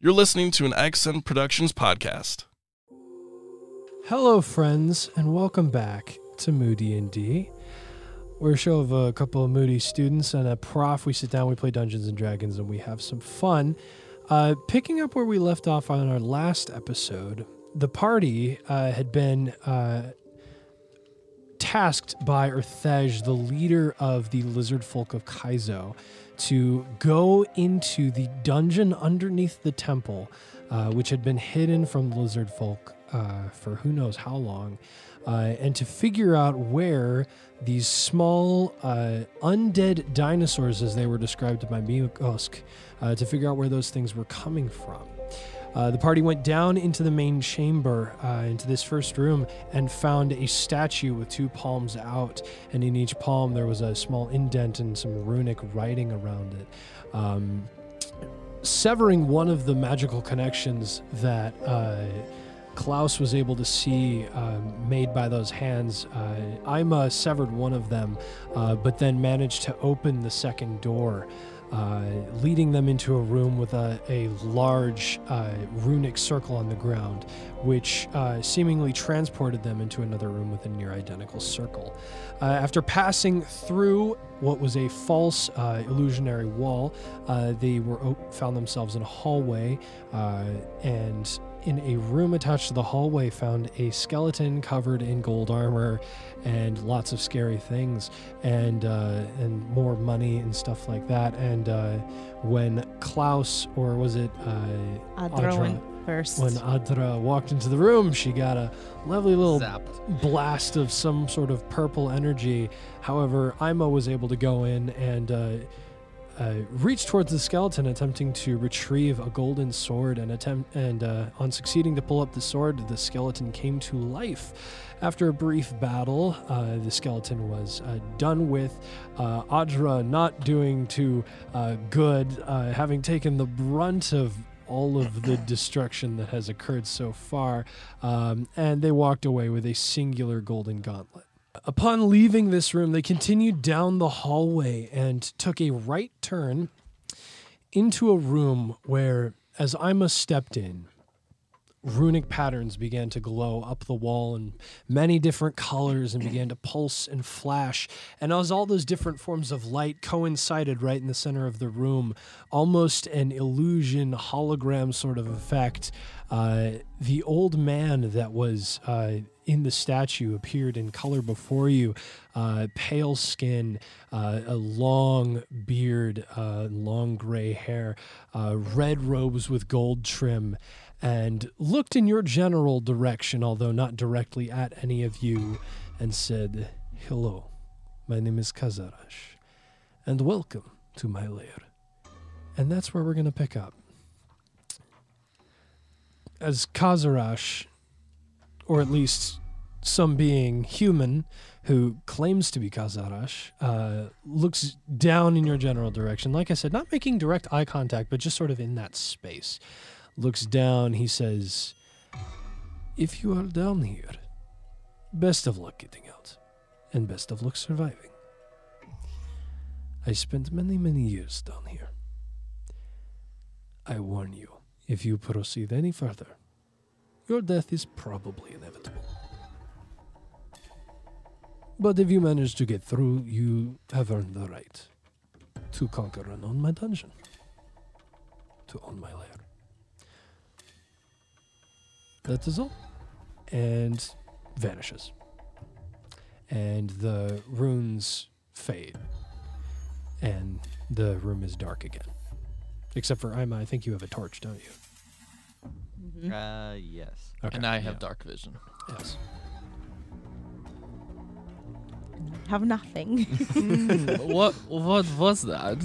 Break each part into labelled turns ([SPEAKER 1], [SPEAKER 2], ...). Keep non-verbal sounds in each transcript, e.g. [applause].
[SPEAKER 1] You're listening to an Accent Productions podcast.
[SPEAKER 2] Hello, friends, and welcome back to Moody and D. We're a show of a couple of Moody students and a prof. We sit down, we play Dungeons and Dragons, and we have some fun. Uh, picking up where we left off on our last episode, the party uh, had been uh, tasked by Urthej, the leader of the lizard folk of Kaizo, to go into the dungeon underneath the temple, uh, which had been hidden from the lizard folk uh, for who knows how long, uh, and to figure out where these small uh, undead dinosaurs, as they were described by Miokosk, uh, to figure out where those things were coming from. Uh, the party went down into the main chamber, uh, into this first room, and found a statue with two palms out. And in each palm, there was a small indent and some runic writing around it, um, severing one of the magical connections that uh, Klaus was able to see um, made by those hands. Uh, Ima severed one of them, uh, but then managed to open the second door uh, leading them into a room with a, a large uh, runic circle on the ground, which uh, seemingly transported them into another room with a near identical circle. Uh, after passing through what was a false uh, illusionary wall, uh, they were o- found themselves in a hallway, uh, and in a room attached to the hallway, found a skeleton covered in gold armor and lots of scary things and uh, and more money and stuff like that. And uh, when Klaus or was it uh, Audra.
[SPEAKER 3] Adra went first.
[SPEAKER 2] when Adra walked into the room, she got a lovely little
[SPEAKER 4] Zapped.
[SPEAKER 2] blast of some sort of purple energy. However, Ima was able to go in and uh, uh, reach towards the skeleton, attempting to retrieve a golden sword, and attempt and uh, on succeeding to pull up the sword, the skeleton came to life. After a brief battle, uh, the skeleton was uh, done with. Uh, Adra not doing too uh, good, uh, having taken the brunt of all of the destruction that has occurred so far, um, and they walked away with a singular golden gauntlet. Upon leaving this room, they continued down the hallway and took a right turn into a room where, as Ima stepped in, runic patterns began to glow up the wall in many different colors and began to pulse and flash. And as all those different forms of light coincided right in the center of the room, almost an illusion hologram sort of effect, uh, the old man that was uh, in the statue appeared in color before you uh, pale skin, uh, a long beard, uh, long gray hair, uh, red robes with gold trim and looked in your general direction, although not directly at any of you, and said, Hello, my name is Kazarash, and welcome to my lair. And that's where we're going to pick up. As Kazarash, or at least some being human who claims to be Kazarash, uh, looks down in your general direction, like I said, not making direct eye contact, but just sort of in that space looks down. He says, If you are down here, best of luck getting out, and best of luck surviving. I spent many, many years down here. I warn you, if you proceed any further, your death is probably inevitable. But if you manage to get through, you have earned the right to conquer and own my dungeon, to own my lair. That is all. And vanishes. And the runes fade. And the room is dark again. Except for Ima, I think you have a torch, don't you?
[SPEAKER 4] Uh, yes.
[SPEAKER 2] Okay.
[SPEAKER 5] And I have dark vision.
[SPEAKER 2] Yes.
[SPEAKER 3] Have nothing.
[SPEAKER 5] [laughs] what what was that?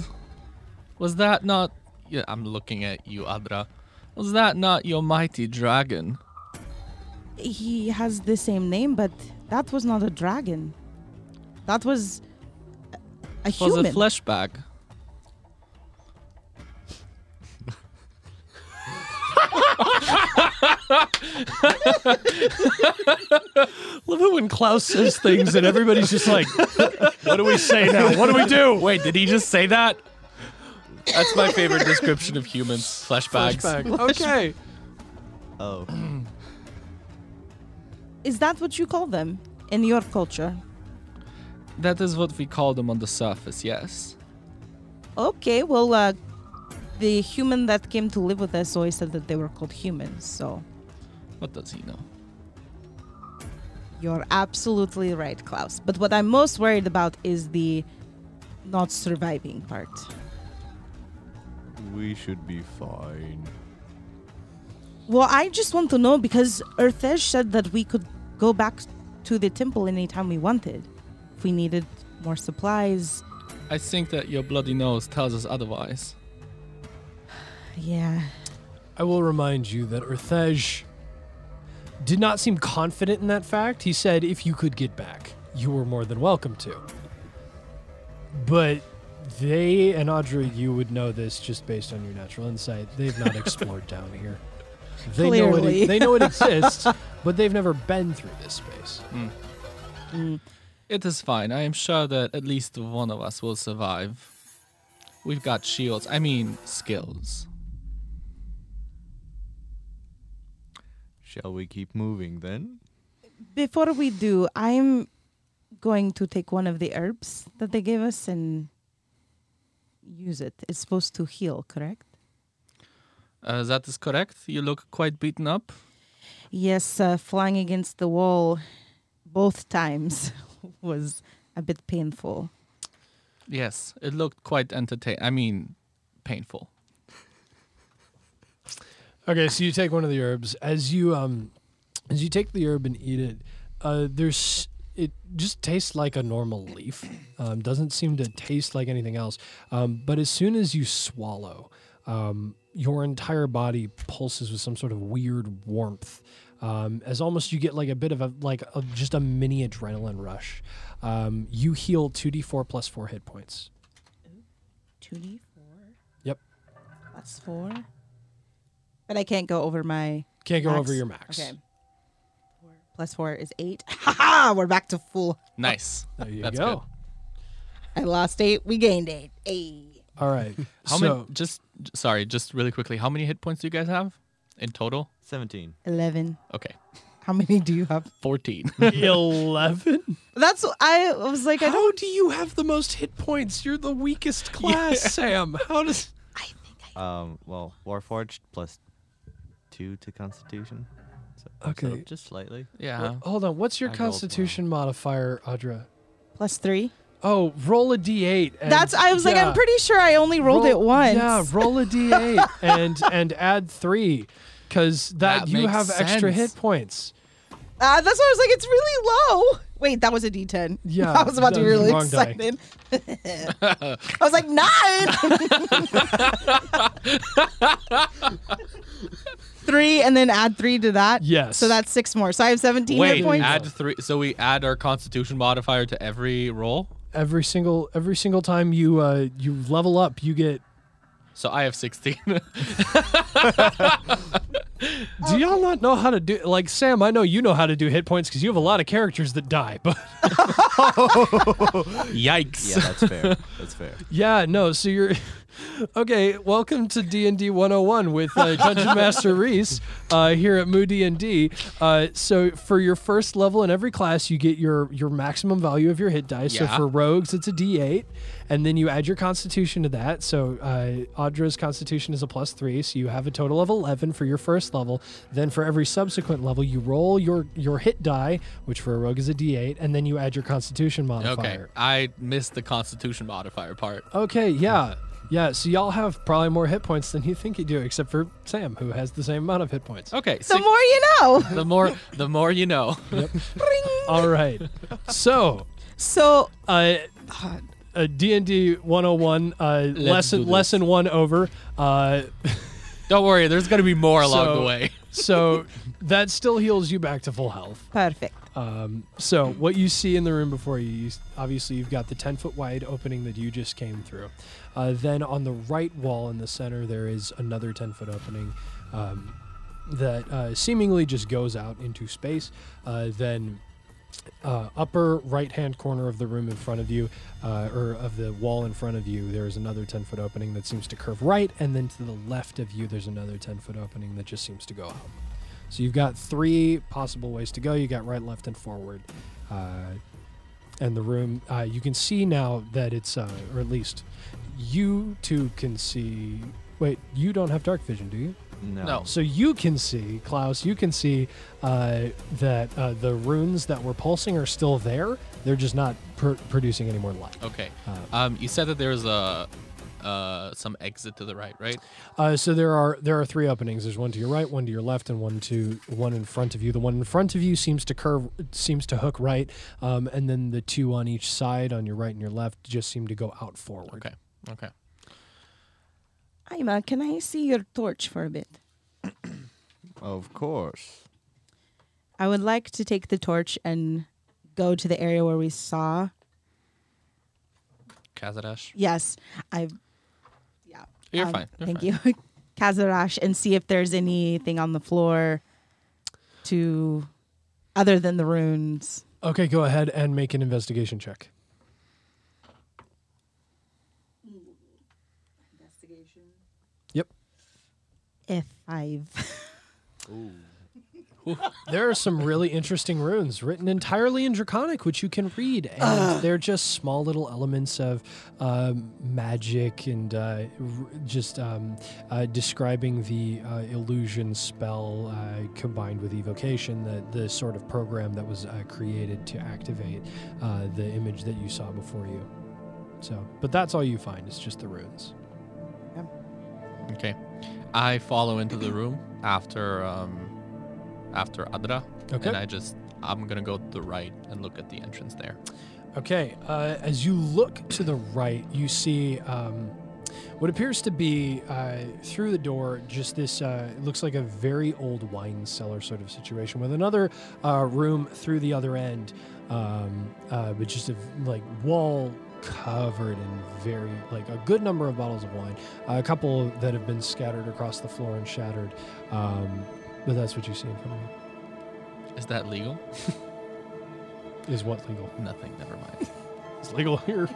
[SPEAKER 5] Was that not yeah, I'm looking at you, Adra. Was that not your mighty dragon?
[SPEAKER 3] he has the same name, but that was not a dragon. That was a- a
[SPEAKER 5] It was
[SPEAKER 3] human.
[SPEAKER 5] a flesh bag.
[SPEAKER 2] Love it when Klaus says things and everybody's just like, what do we say now? What do we do?
[SPEAKER 5] Wait, did he just say that? That's my favorite description of humans. Flashbacks.
[SPEAKER 2] Flashback. Okay.
[SPEAKER 4] Oh,
[SPEAKER 3] Is that what you call them in your culture?
[SPEAKER 5] That is what we call them on the surface, yes.
[SPEAKER 3] Okay, well, uh, the human that came to live with us always said that they were called humans, so
[SPEAKER 5] What does he know?
[SPEAKER 3] you're absolutely right, Klaus. But what I'm most worried about is the not surviving part.
[SPEAKER 4] we should be fine.
[SPEAKER 3] Well, I just want to know because Earthesh said that we could go back to the temple anytime we wanted. If we needed more supplies.
[SPEAKER 5] I think that your bloody nose tells us otherwise.
[SPEAKER 3] Yeah.
[SPEAKER 2] I will remind you that Urthej did not seem confident in that fact. He said if you could get back, you were more than welcome to. But they and Audrey, you would know this just based on your natural insight. They've not explored down here. They know
[SPEAKER 3] Clearly.
[SPEAKER 2] it. They know it exists, but they've never been through this space.
[SPEAKER 3] Mm.
[SPEAKER 5] It is fine. I am sure that at least one of us will survive. We've got shields. I mean, skills.
[SPEAKER 4] Shall we keep moving then?
[SPEAKER 3] Before we do, I'm going to take one of the herbs that they gave us and use it. It's supposed to heal, correct?
[SPEAKER 5] Uh, that is correct. You look quite beaten up.
[SPEAKER 3] Yes, uh, flying against the wall both times [laughs] was a bit painful.
[SPEAKER 5] Yes, it looked quite entertain. I mean, painful.
[SPEAKER 2] Okay, so you take one of the herbs as you um as you take the herb and eat it. Uh, there's it just tastes like a normal leaf. Um, doesn't seem to taste like anything else. Um, but as soon as you swallow, um, your entire body pulses with some sort of weird warmth. Um, as almost you get like a bit of a like a, just a mini adrenaline rush. Um, you heal two d four plus four hit points.
[SPEAKER 3] 2d4
[SPEAKER 2] Yep.
[SPEAKER 3] plus 4. But I can't go over my
[SPEAKER 2] Can't go
[SPEAKER 3] max.
[SPEAKER 2] over your max.
[SPEAKER 3] Okay. Four plus 4 is 8. [laughs] Ha ha! We're back to full.
[SPEAKER 5] Nice.
[SPEAKER 2] There you
[SPEAKER 5] That's
[SPEAKER 2] go.
[SPEAKER 5] good.
[SPEAKER 3] I lost 8. We gained 8. Hey.
[SPEAKER 2] All right.
[SPEAKER 5] [laughs] How
[SPEAKER 2] so,
[SPEAKER 5] many? Just j- sorry, just really quickly. How many hit points do you guys have in total?
[SPEAKER 4] 17.
[SPEAKER 3] 11.
[SPEAKER 5] Okay,
[SPEAKER 3] How many do you have?
[SPEAKER 5] fourteen.
[SPEAKER 2] 11?
[SPEAKER 3] That's I was like I don't
[SPEAKER 2] How do you have the most hit points? You're the weakest [laughs] class, Sam. How does.
[SPEAKER 3] I think I
[SPEAKER 4] Um, well, Warforged plus 2 to Constitution. So,
[SPEAKER 2] [laughs]
[SPEAKER 4] so
[SPEAKER 2] Okay.
[SPEAKER 4] just slightly.
[SPEAKER 5] yeah.
[SPEAKER 2] Hold on. What's your
[SPEAKER 4] I rolled
[SPEAKER 2] constitution modifier, Audra?
[SPEAKER 3] plus 3.
[SPEAKER 2] Oh, roll a d8. and-
[SPEAKER 3] That's I was like
[SPEAKER 2] yeah,
[SPEAKER 3] I'm pretty sure I only rolled
[SPEAKER 2] roll-
[SPEAKER 3] it once.
[SPEAKER 2] Yeah, roll a [laughs] d8 and and add three because that,
[SPEAKER 5] That
[SPEAKER 2] you
[SPEAKER 5] makes
[SPEAKER 2] have extra
[SPEAKER 5] sense.
[SPEAKER 2] hit points.
[SPEAKER 3] Uh, that's why I was like, it's really low. Wait, that was a D10.
[SPEAKER 2] Yeah,
[SPEAKER 3] [laughs] I was about to be
[SPEAKER 2] that was the
[SPEAKER 3] really
[SPEAKER 2] wrong die.
[SPEAKER 3] excited. [laughs] I was like, nine. [laughs] three, and then add three to that.
[SPEAKER 2] Yes.
[SPEAKER 3] So that's six more. So I have 17
[SPEAKER 5] Wait,
[SPEAKER 3] hit points.
[SPEAKER 5] add three. So we add our Constitution modifier to every roll.
[SPEAKER 2] Every single every single time you uh you level up, you get.
[SPEAKER 5] So I have sixteen. [laughs]
[SPEAKER 2] Do y'all not know how to do like Sam? I know you know how to do hit points because you have a lot of characters that die, [laughs] but
[SPEAKER 5] Yikes.
[SPEAKER 4] Yeah, that's fair. That's fair.
[SPEAKER 2] Yeah, no. So you're [laughs] okay. Welcome to D and D 101 with uh, Dungeon
[SPEAKER 5] [laughs]
[SPEAKER 2] Master Reese uh, here at Moo D and D. Uh, so for your first level in every class, you get your your maximum value of your hit dice. So
[SPEAKER 5] Yeah.
[SPEAKER 2] for rogues, it's a D8, and then you add your Constitution to that. So uh, Audra's Constitution is a plus three, so you have a total of 11 for your first level. Then for every subsequent level, you roll your your hit die, which for a rogue is a D8, and then you add your Constitution
[SPEAKER 5] [laughs] Okay,
[SPEAKER 2] modifier.
[SPEAKER 5] I missed the Constitution modifier part.
[SPEAKER 2] Okay, yeah. Yeah, so y'all have probably more hit points than you think you do, except for Sam, who has the same amount of hit points.
[SPEAKER 5] Okay,
[SPEAKER 3] the
[SPEAKER 5] so
[SPEAKER 3] more you know.
[SPEAKER 5] the more the more you know. [laughs]
[SPEAKER 3] Ring.
[SPEAKER 2] All right. So,
[SPEAKER 3] So,
[SPEAKER 2] uh, uh, D&D 101, uh,
[SPEAKER 5] do
[SPEAKER 2] lesson,
[SPEAKER 5] this.
[SPEAKER 2] lesson one over. Uh,
[SPEAKER 5] Don't worry, there's gonna be more along
[SPEAKER 2] So-
[SPEAKER 5] the way. [laughs]
[SPEAKER 2] so [laughs] that still heals you back to full health.
[SPEAKER 3] perfect.
[SPEAKER 2] Um, so what you see in the room before you, you obviously you've got the 10 foot wide opening that you just came through. Uh, then on the right wall in the center, there is another 10 foot opening um, that uh, seemingly just goes out into space. Uh, then uh, upper right-hand corner of the room in front of you, uh, or of the wall in front of you, there is another 10-foot opening that seems to curve right, and then to the left of you, there's another 10-foot opening that just seems to go out. So you've got three possible ways to go. You got right, left, and forward. Uh, and the room, uh, you can see now that it's, uh, or at least you two can see. Wait, you don't have dark vision, do you?
[SPEAKER 4] No.
[SPEAKER 5] No.
[SPEAKER 2] So you can see, Klaus, you can see uh, that uh, the runes that were pulsing are still there. They're just not pr- producing any more light.
[SPEAKER 5] Okay.
[SPEAKER 2] Uh,
[SPEAKER 5] Um, you said that there was a uh some exit to the right, right?
[SPEAKER 2] Uh, so there are there are three openings. There's one to your right, one to your left, and one to one in front of you. The one in front of you seems to curve, seems to hook right, um, and then the two on each side, on your right and your left, just seem to go out forward.
[SPEAKER 5] Okay. Okay.
[SPEAKER 3] Ima, can I see your torch for a bit?
[SPEAKER 4] Of course.
[SPEAKER 3] I would like to take the torch and go to the area where we saw.
[SPEAKER 5] Kazadash.
[SPEAKER 3] Yes, I. Yeah.
[SPEAKER 5] You're
[SPEAKER 3] um,
[SPEAKER 5] fine. You're
[SPEAKER 3] thank
[SPEAKER 5] fine.
[SPEAKER 3] you, [laughs] Kazarash, and see if there's anything on the floor to other than the runes.
[SPEAKER 2] Okay, go ahead and make an investigation check. Yep.
[SPEAKER 3] If I've [laughs]
[SPEAKER 2] There are some really interesting runes written entirely in Draconic, which you can read, and they're just small little elements of um, magic and uh, r- just um, uh, describing the uh, illusion spell uh, combined with evocation, the, the sort of program that was uh, created to activate uh, the image that you saw before you. So, but that's all you find. It's just the runes.
[SPEAKER 5] Okay. I follow into the room after um after Adra.
[SPEAKER 2] Okay.
[SPEAKER 5] And I just I'm gonna go to the right and look at the entrance there.
[SPEAKER 2] Okay, uh, as you look to the right, you see um, what appears to be uh, through the door just this, uh, it looks like a very old wine cellar sort of situation with another uh, room through the other end, um, uh, but just a v- like wall covered in very, like a good number of bottles of wine, a couple that have been scattered across the floor and shattered. Um, but that's what you see in front of
[SPEAKER 5] Is that legal?
[SPEAKER 2] you, is what legal.
[SPEAKER 5] Nothing, never [laughs] mind.
[SPEAKER 2] It's legal
[SPEAKER 5] [laughs]
[SPEAKER 2] here.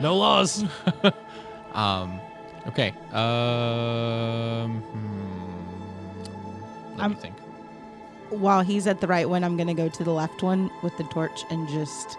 [SPEAKER 2] no laws.
[SPEAKER 5] Um okay. Um hmm. Let me
[SPEAKER 3] I'm-
[SPEAKER 5] think.
[SPEAKER 3] while he's at the right one, I'm gonna go to the left one with the torch and just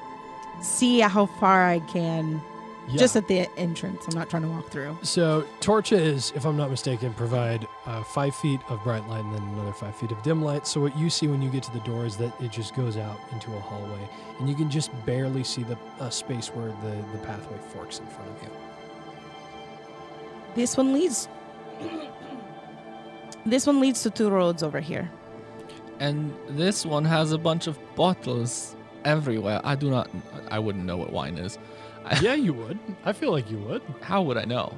[SPEAKER 3] see how far I can.
[SPEAKER 2] Yeah.
[SPEAKER 3] Just at the entrance. I'm not trying to walk through.
[SPEAKER 2] So torches, if I'm not mistaken, provide uh, five feet of bright light and then another five feet of dim light. So what you see when you get to the door is that it just goes out into a hallway, and you can just barely see the uh, space where the, the pathway forks in front of you.
[SPEAKER 3] This one leads. [coughs] this one leads to two roads over here.
[SPEAKER 5] And this one has a bunch of bottles everywhere. I do not I wouldn't know what wine is.
[SPEAKER 2] [laughs] yeah, you would. I feel like you would.
[SPEAKER 5] How would I know?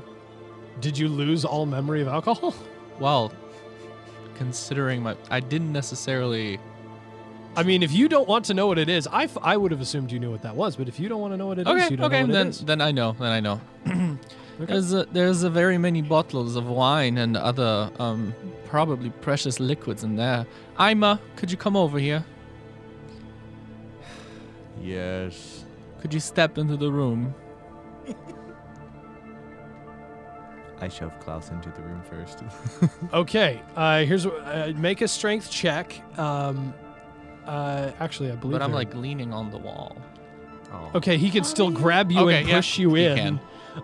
[SPEAKER 2] Did you lose all memory of alcohol? [laughs]
[SPEAKER 5] Well, considering my I didn't necessarily
[SPEAKER 2] I mean, if you don't want to know what it is, I, f- I would have assumed you knew what that was. But if you don't want to know what it is,
[SPEAKER 5] Okay,
[SPEAKER 2] you don't
[SPEAKER 5] okay,
[SPEAKER 2] know what
[SPEAKER 5] then
[SPEAKER 2] it is.
[SPEAKER 5] then I know, then I know.
[SPEAKER 2] [clears throat] Okay.
[SPEAKER 5] There's a, there's a very many bottles of wine and other um probably precious liquids in there. Ima, could you come over here?
[SPEAKER 4] Yes.
[SPEAKER 5] Could you step into the room?
[SPEAKER 4] I shove Klaus into the room first. [laughs]
[SPEAKER 2] Okay, uh, here's what, uh, make a strength check. Um, uh, actually, I believe.
[SPEAKER 5] But I'm
[SPEAKER 2] they're-
[SPEAKER 5] like leaning on the wall.
[SPEAKER 4] oh.
[SPEAKER 2] Okay, he can still grab you
[SPEAKER 5] Okay,
[SPEAKER 2] and
[SPEAKER 5] yeah,
[SPEAKER 2] push you
[SPEAKER 5] he
[SPEAKER 2] in.
[SPEAKER 5] can.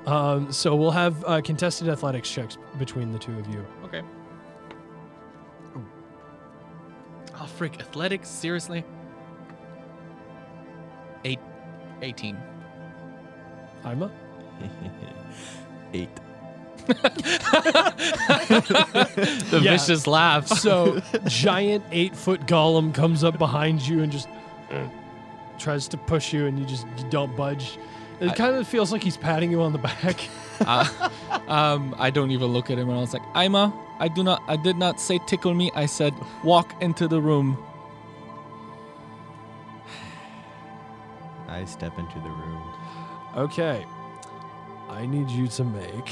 [SPEAKER 2] Um, so we'll have uh, contested athletics checks between the two of you.
[SPEAKER 5] Okay. Oh freak, athletics, seriously? Eight, 18.
[SPEAKER 2] Ima,
[SPEAKER 4] Eight.
[SPEAKER 5] The
[SPEAKER 2] Yeah.
[SPEAKER 5] vicious laugh. [laughs]
[SPEAKER 2] so [laughs] giant eight foot golem comes up behind you and just Mm. tries to push you, and you just you don't budge. It
[SPEAKER 5] I-
[SPEAKER 2] kind of feels like he's patting you on the back.
[SPEAKER 5] uh, um, I don't even look at him, and I was like, "Ima, I do not, I did not say tickle me. I said walk into the room."
[SPEAKER 4] I step into the room.
[SPEAKER 2] [laughs] Okay. I need you to make.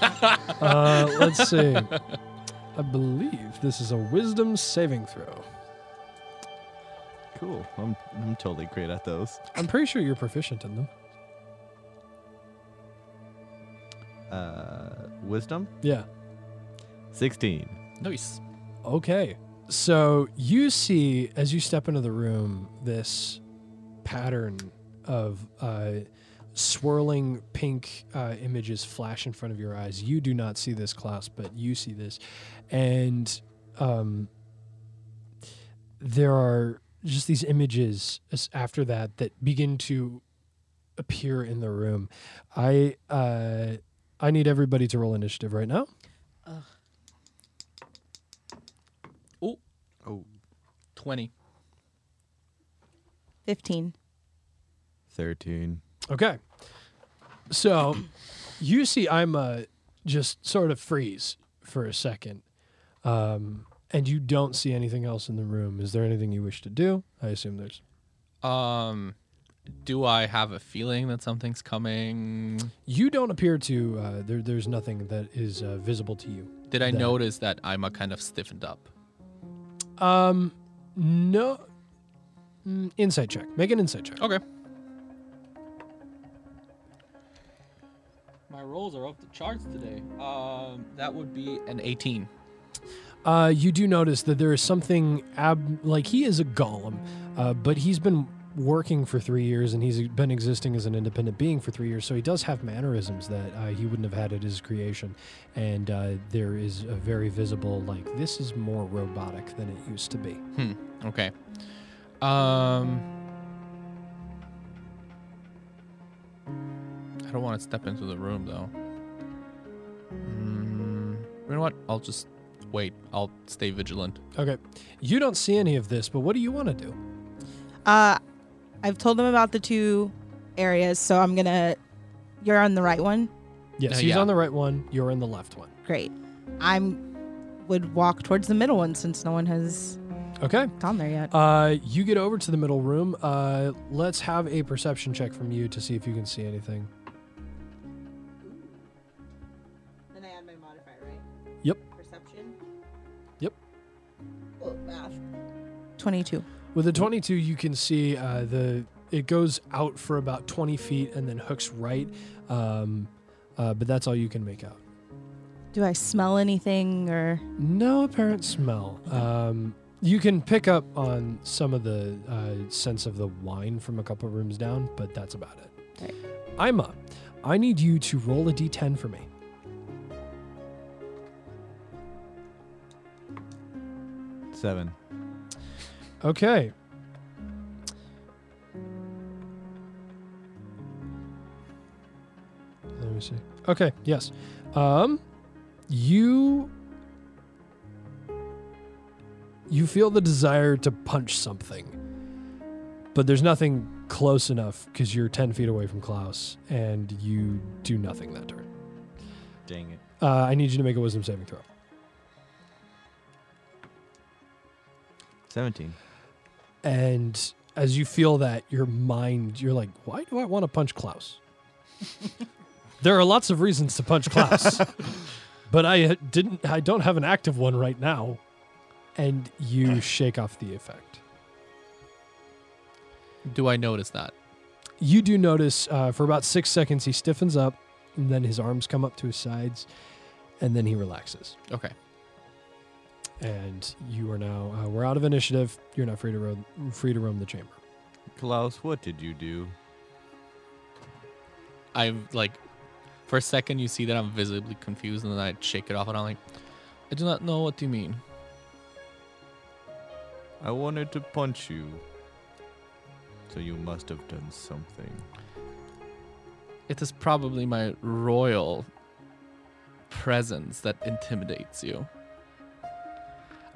[SPEAKER 2] [laughs] uh, let's [laughs] see. I believe this is a wisdom saving throw.
[SPEAKER 4] Cool. I'm I'm totally great at those.
[SPEAKER 2] I'm pretty sure you're proficient in them.
[SPEAKER 4] Uh, wisdom
[SPEAKER 2] Yeah.
[SPEAKER 4] sixteen.
[SPEAKER 5] Nice.
[SPEAKER 2] Okay. So you see, as you step into the room, this pattern of uh, swirling pink uh, images flash in front of your eyes. You do not see this, Klaus, but you see this. And um, there are just these images as- after that that begin to appear in the room. I uh, I need everybody to roll initiative right now.
[SPEAKER 4] Oh.
[SPEAKER 5] 20.
[SPEAKER 3] 15.
[SPEAKER 4] Thirteen.
[SPEAKER 2] Okay. So you see I'm uh, just sort of freeze for a second. Um, and you don't see anything else in the room. Is there anything you wish to do? I assume there's.
[SPEAKER 5] Um, do I have a feeling that something's coming?
[SPEAKER 2] You don't appear to. Uh, there, there's nothing that is uh, visible to you.
[SPEAKER 5] Did I
[SPEAKER 2] That-
[SPEAKER 5] notice that I'm a kind of stiffened up?
[SPEAKER 2] Um, no. Mm, Insight check. Make an insight check.
[SPEAKER 5] Okay. My rolls are off the charts today. Um, that would be an 18.
[SPEAKER 2] Uh, you do notice that there is something ab like he is a golem, uh, but he's been working for three years and he's been existing as an independent being for three years. So he does have mannerisms that uh, he wouldn't have had at his creation, and uh, there is a very visible like this is more robotic than it used to be.
[SPEAKER 5] Hmm. Okay. Um. I don't want to step into the room though. Mm, you know what? I'll just wait. I'll stay vigilant.
[SPEAKER 2] Okay, you don't see any of this, but what do you want to do?
[SPEAKER 3] Uh, I've told them about the two areas, so I'm gonna. You're on the right one.
[SPEAKER 2] Yes,
[SPEAKER 5] Uh,
[SPEAKER 2] he's
[SPEAKER 5] yeah.
[SPEAKER 2] on the right one. You're in the left one.
[SPEAKER 3] Great. I'm would walk towards the middle one since no one has
[SPEAKER 2] Okay.
[SPEAKER 3] gone there yet.
[SPEAKER 2] Uh, you get over to the middle room. Uh, let's have a perception check from you to see if you can see anything.
[SPEAKER 3] Then I add my modifier, right?
[SPEAKER 2] Yep.
[SPEAKER 3] Perception.
[SPEAKER 2] Yep.
[SPEAKER 3] Well, math. Twenty-two.
[SPEAKER 2] With the 22, you can see uh, the it goes out for about 20 feet and then hooks right, um, uh, but that's all you can make out.
[SPEAKER 3] Do I smell anything [laughs] or?
[SPEAKER 2] No apparent smell. Um, you can pick up on some of the uh, sense of the wine from a couple rooms down, but that's about it.
[SPEAKER 3] Right.
[SPEAKER 2] I'm up. I need you to roll a d10 for me.
[SPEAKER 4] Seven.
[SPEAKER 2] Okay. Let me see. Okay, yes. Um you you feel the desire to punch something. But there's nothing close enough because you're 10 feet away from Klaus and you do nothing that turn.
[SPEAKER 4] Dang it.
[SPEAKER 2] Uh, I need you to make a wisdom saving throw.
[SPEAKER 4] Seventeen.
[SPEAKER 2] And as you feel that, your mind, you're like, why do I want to punch Klaus? there are lots of reasons to punch Klaus, but I uh, didn't. I don't have an active one right now. And you shake off the effect.
[SPEAKER 5] Do I notice that?
[SPEAKER 2] You do notice uh, for about six seconds he stiffens up, and then his arms come up to his sides, and then he relaxes.
[SPEAKER 5] Okay.
[SPEAKER 2] And you are now uh, we're out of initiative. You're not free to roam, free to roam the chamber.
[SPEAKER 4] Klaus, what did you do?
[SPEAKER 5] I'm like, for a second, you see that I'm visibly confused, and then I shake it off, and I'm like, I do not know what you mean.
[SPEAKER 4] I wanted to punch you. So you must have done something.
[SPEAKER 5] It is probably my royal presence that intimidates you.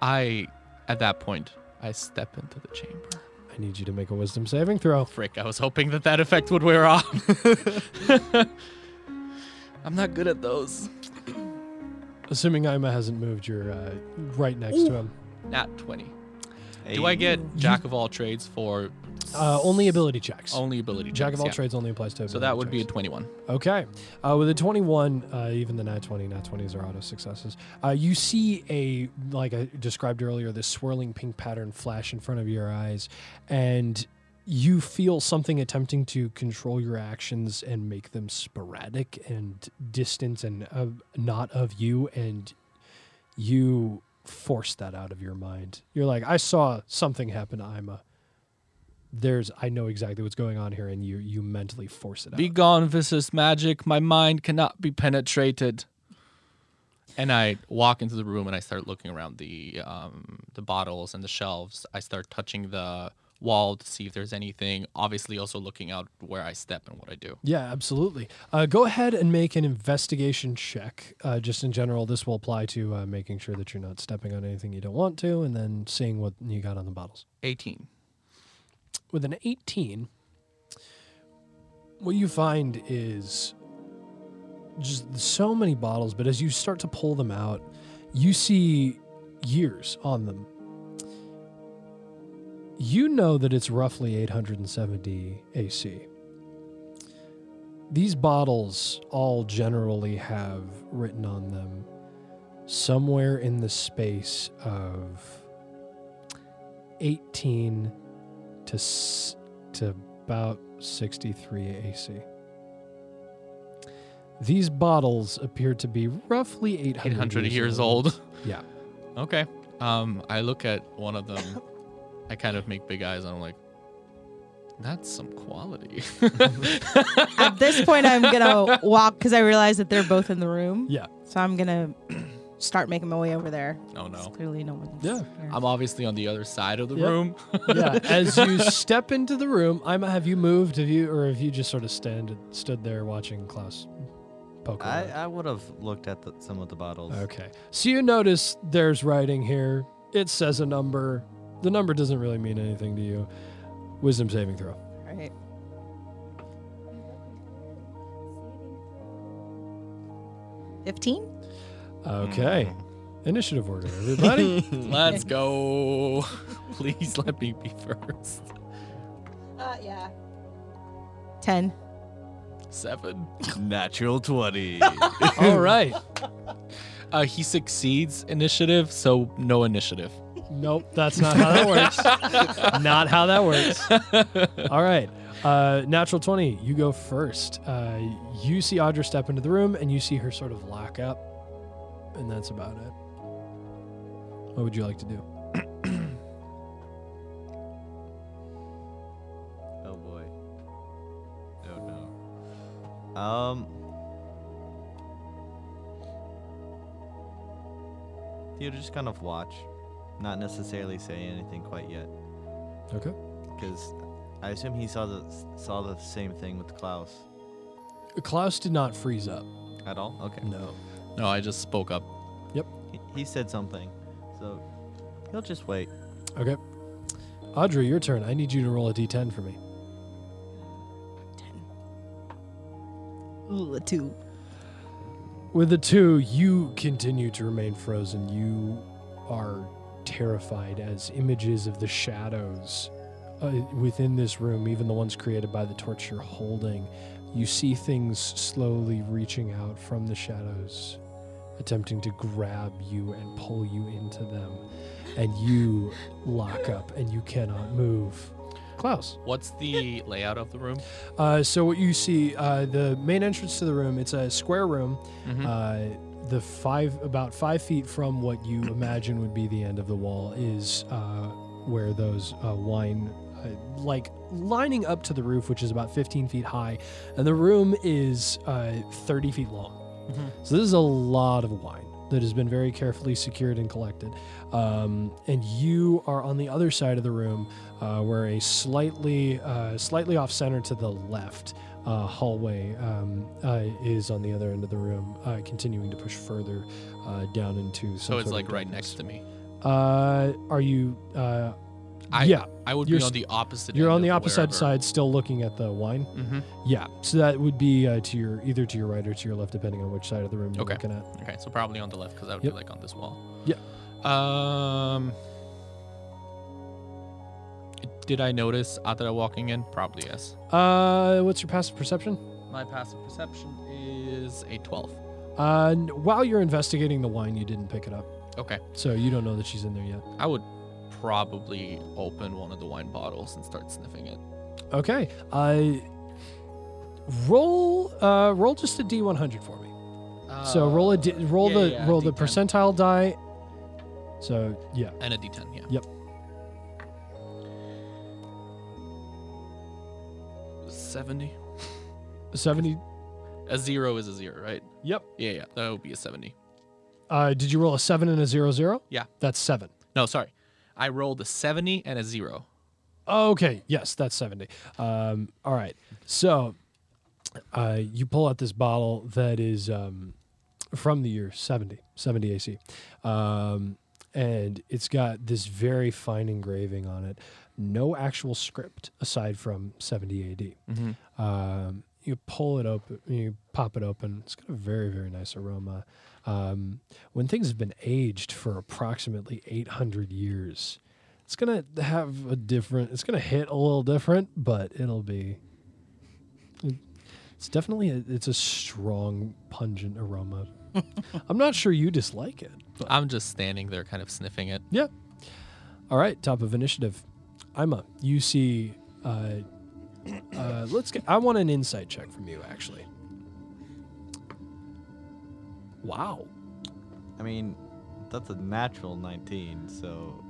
[SPEAKER 5] I, at that point, I step into the chamber.
[SPEAKER 2] I need you to make a wisdom saving throw.
[SPEAKER 5] Frick, I was hoping that that effect would wear off. [laughs] I'm not good at those.
[SPEAKER 2] Assuming Ima hasn't moved, you're uh, right next to him.
[SPEAKER 5] Not 20. Do I
[SPEAKER 4] Hey.
[SPEAKER 5] get jack of all trades for
[SPEAKER 2] Uh, only ability checks.
[SPEAKER 5] Only ability checks.
[SPEAKER 2] Jack of all
[SPEAKER 5] yeah.
[SPEAKER 2] trades only applies to ability
[SPEAKER 5] So that would be a
[SPEAKER 2] checks.
[SPEAKER 5] 21.
[SPEAKER 2] Okay. Uh, with a 21, uh, even the nat 20, nat 20s are auto successes. Uh, you see a, like I described earlier, this swirling pink pattern flash in front of your eyes, and you feel something attempting to control your actions and make them sporadic and distant and uh, not of you, and you force that out of your mind. You're like, I saw something happen to Ima. There's, I know exactly what's going on here, and you you mentally force it out.
[SPEAKER 5] Be gone, vicious magic. My mind cannot be penetrated. And I walk into the room and I start looking around the um, the bottles and the shelves. I start touching the wall to see if there's anything. Obviously, also looking out where I step and what I do.
[SPEAKER 2] Yeah, absolutely. Uh, go ahead and make an investigation check. Uh, just in general, this will apply to uh, making sure that you're not stepping on anything you don't want to, and then seeing what you got on the bottles.
[SPEAKER 5] 18.
[SPEAKER 2] With an 18, what you find is just so many bottles, but as you start to pull them out, you see years on them. You know that it's roughly 870 AC. These bottles all generally have written on them somewhere in the space of 18 to s- to about 63 AC. These bottles appear to be roughly 800,
[SPEAKER 5] 800 years old.
[SPEAKER 2] Yeah.
[SPEAKER 5] [laughs] Okay. Um, I look at one of them. I kind of make big eyes and I'm like, that's some quality. [laughs]
[SPEAKER 3] At this point, I'm [laughs] gonna walk because I realize that they're both in the room.
[SPEAKER 2] Yeah.
[SPEAKER 3] So I'm gonna start making my way over there.
[SPEAKER 5] oh
[SPEAKER 3] There's
[SPEAKER 5] no.
[SPEAKER 3] Clearly, no one.
[SPEAKER 2] Yeah.
[SPEAKER 5] I'm obviously on the other side of the
[SPEAKER 2] Yep.
[SPEAKER 5] room.
[SPEAKER 2] yeah. As you step into the room, I'm. Have you moved? Have you, or have you just sort of stand stood there watching Klaus poke?
[SPEAKER 4] I,
[SPEAKER 2] around?
[SPEAKER 4] I would have looked at the, some of the bottles.
[SPEAKER 2] okay. So you notice there's writing here. It says a number. The number doesn't really mean anything to you. Wisdom saving throw.
[SPEAKER 3] All right. Fifteen.
[SPEAKER 2] Okay.
[SPEAKER 4] Mm.
[SPEAKER 2] Initiative order,
[SPEAKER 4] [laughs]
[SPEAKER 2] everybody. [laughs]
[SPEAKER 5] Let's go. [laughs] Please let me be first.
[SPEAKER 3] Uh, yeah. Ten.
[SPEAKER 5] Seven.
[SPEAKER 4] [laughs] Natural
[SPEAKER 5] [laughs]
[SPEAKER 4] Oh, 20.
[SPEAKER 2] [laughs] All right.
[SPEAKER 5] Uh, he succeeds initiative, so no initiative.
[SPEAKER 2] Nope, that's not how that works. not how that works. All right. Uh, natural 20, you go first. Uh, you see Audra step into the room and you see her sort of lock up, and that's about it. What would you like to do?
[SPEAKER 4] Oh boy. Oh no. Um. You just kind of watch, not necessarily say anything quite yet,
[SPEAKER 2] Okay.
[SPEAKER 4] because I assume he saw the saw the same thing with Klaus
[SPEAKER 2] Klaus did not freeze up.
[SPEAKER 4] at all. Okay.
[SPEAKER 2] No.
[SPEAKER 5] No, I just spoke up.
[SPEAKER 4] He, he said something, so he'll just wait.
[SPEAKER 2] Okay. Audra, your turn. I need you to roll a d10 for me.
[SPEAKER 3] Ooh, a two.
[SPEAKER 2] With the two, you continue to remain frozen. You are terrified as images of the shadows uh, within this room, even the ones created by the torch you're holding, you see things slowly reaching out from the shadows, attempting to grab you and pull you into them. And you lock up and you cannot move. Klaus.
[SPEAKER 5] What's the [laughs] layout of the room?
[SPEAKER 2] Uh, so what you see, uh, the main entrance to the room, it's a square room. Uh, the five, about five feet from what you imagine would be the end of the wall, is uh, where those uh, wine, uh, like lining up to the roof, which is about 15 feet high, and the room is uh, 30 feet long. So this is a lot of wine that has been very carefully secured and collected. Um, and you are on the other side of the room, uh, where a slightly, uh, slightly off center to the left uh, hallway um, uh, is on the other end of the room, uh, continuing to push further uh, down into. Some
[SPEAKER 5] So
[SPEAKER 2] sort
[SPEAKER 5] it's
[SPEAKER 2] of
[SPEAKER 5] like right
[SPEAKER 2] darkness.
[SPEAKER 5] next to me.
[SPEAKER 2] Uh, are you? Uh,
[SPEAKER 5] I,
[SPEAKER 2] yeah,
[SPEAKER 5] I would
[SPEAKER 2] You're
[SPEAKER 5] be on
[SPEAKER 2] s-
[SPEAKER 5] the opposite.
[SPEAKER 2] you're on the opposite side, still looking at the wine.
[SPEAKER 5] Mm-hmm.
[SPEAKER 2] Yeah, so that would be uh, to your either to your right or to your left, depending on which side of the room you're
[SPEAKER 5] Okay.
[SPEAKER 2] looking at.
[SPEAKER 5] Okay, so probably on the left because I would
[SPEAKER 2] Yep.
[SPEAKER 5] be like on Um, this wall.
[SPEAKER 2] Yeah.
[SPEAKER 5] Um. Did I notice after walking in? Probably yes.
[SPEAKER 2] Uh, what's your passive perception?
[SPEAKER 5] My passive perception is a 12.
[SPEAKER 2] Uh, n- while you're investigating the wine, you didn't pick it up,
[SPEAKER 5] Okay.
[SPEAKER 2] so you don't know that she's in there yet.
[SPEAKER 5] I would probably open one of the wine bottles and start sniffing it.
[SPEAKER 2] Okay. I roll. Uh, roll just a d100 for me. so roll a d- roll
[SPEAKER 5] Uh, yeah,
[SPEAKER 2] the
[SPEAKER 5] yeah,
[SPEAKER 2] roll the
[SPEAKER 5] D10.
[SPEAKER 2] percentile die. So yeah.
[SPEAKER 5] and a d10, yeah.
[SPEAKER 2] Yep.
[SPEAKER 5] Seventy.
[SPEAKER 2] 70
[SPEAKER 5] A zero is a zero, right?
[SPEAKER 2] yep
[SPEAKER 5] Yeah, yeah. That would be a seventy.
[SPEAKER 2] uh, did you roll a 7 and a 0 0
[SPEAKER 5] Yeah.
[SPEAKER 2] that's 7
[SPEAKER 5] No, sorry. I rolled a seventy and a zero.
[SPEAKER 2] okay yes that's 70 um, all right so uh, you pull out this bottle that is um, from the year 70 70 ac um, and it's got this very fine engraving on it no actual script aside from 70 ad Um, you pull it open, you pop it open. It's got a very, very nice aroma. Um, when things have been aged for approximately 800 years, it's gonna have a different. It's gonna hit a little different, but it'll be. It's definitely a, it's a strong, pungent aroma. I'm not sure you dislike it. But
[SPEAKER 5] I'm just standing there, kind of sniffing it.
[SPEAKER 2] yeah. All right, top of initiative. I'm up. You see, uh, uh, let's get. I want an insight check from you, actually. Wow.
[SPEAKER 4] I mean, that's a natural 19, so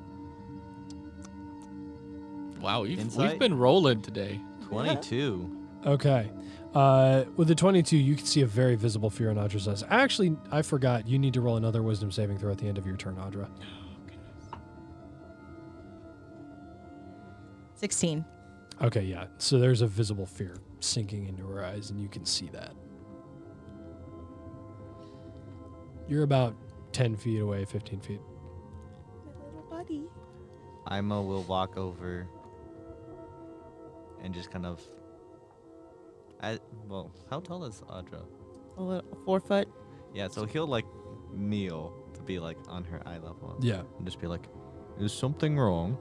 [SPEAKER 5] Wow, we've, we've
[SPEAKER 4] Insight?
[SPEAKER 5] been rolling today. [laughs]
[SPEAKER 4] 22.
[SPEAKER 2] Okay. Uh, with the 22, you can see a very visible fear in Audra's eyes. Actually, I forgot. You need to roll another wisdom saving throw at the end of your turn, Audra.
[SPEAKER 3] 16.
[SPEAKER 2] Okay, yeah. So there's a visible fear sinking into her eyes, and you can see that. You're about 10 feet away, 15 feet.
[SPEAKER 3] My little buddy.
[SPEAKER 4] Ima will walk over and just kind of. I, well, how tall is Audra?
[SPEAKER 3] A little four foot.
[SPEAKER 4] Yeah, so he'll like kneel to be like on her eye level.
[SPEAKER 2] Yeah.
[SPEAKER 4] And just be like, is something wrong?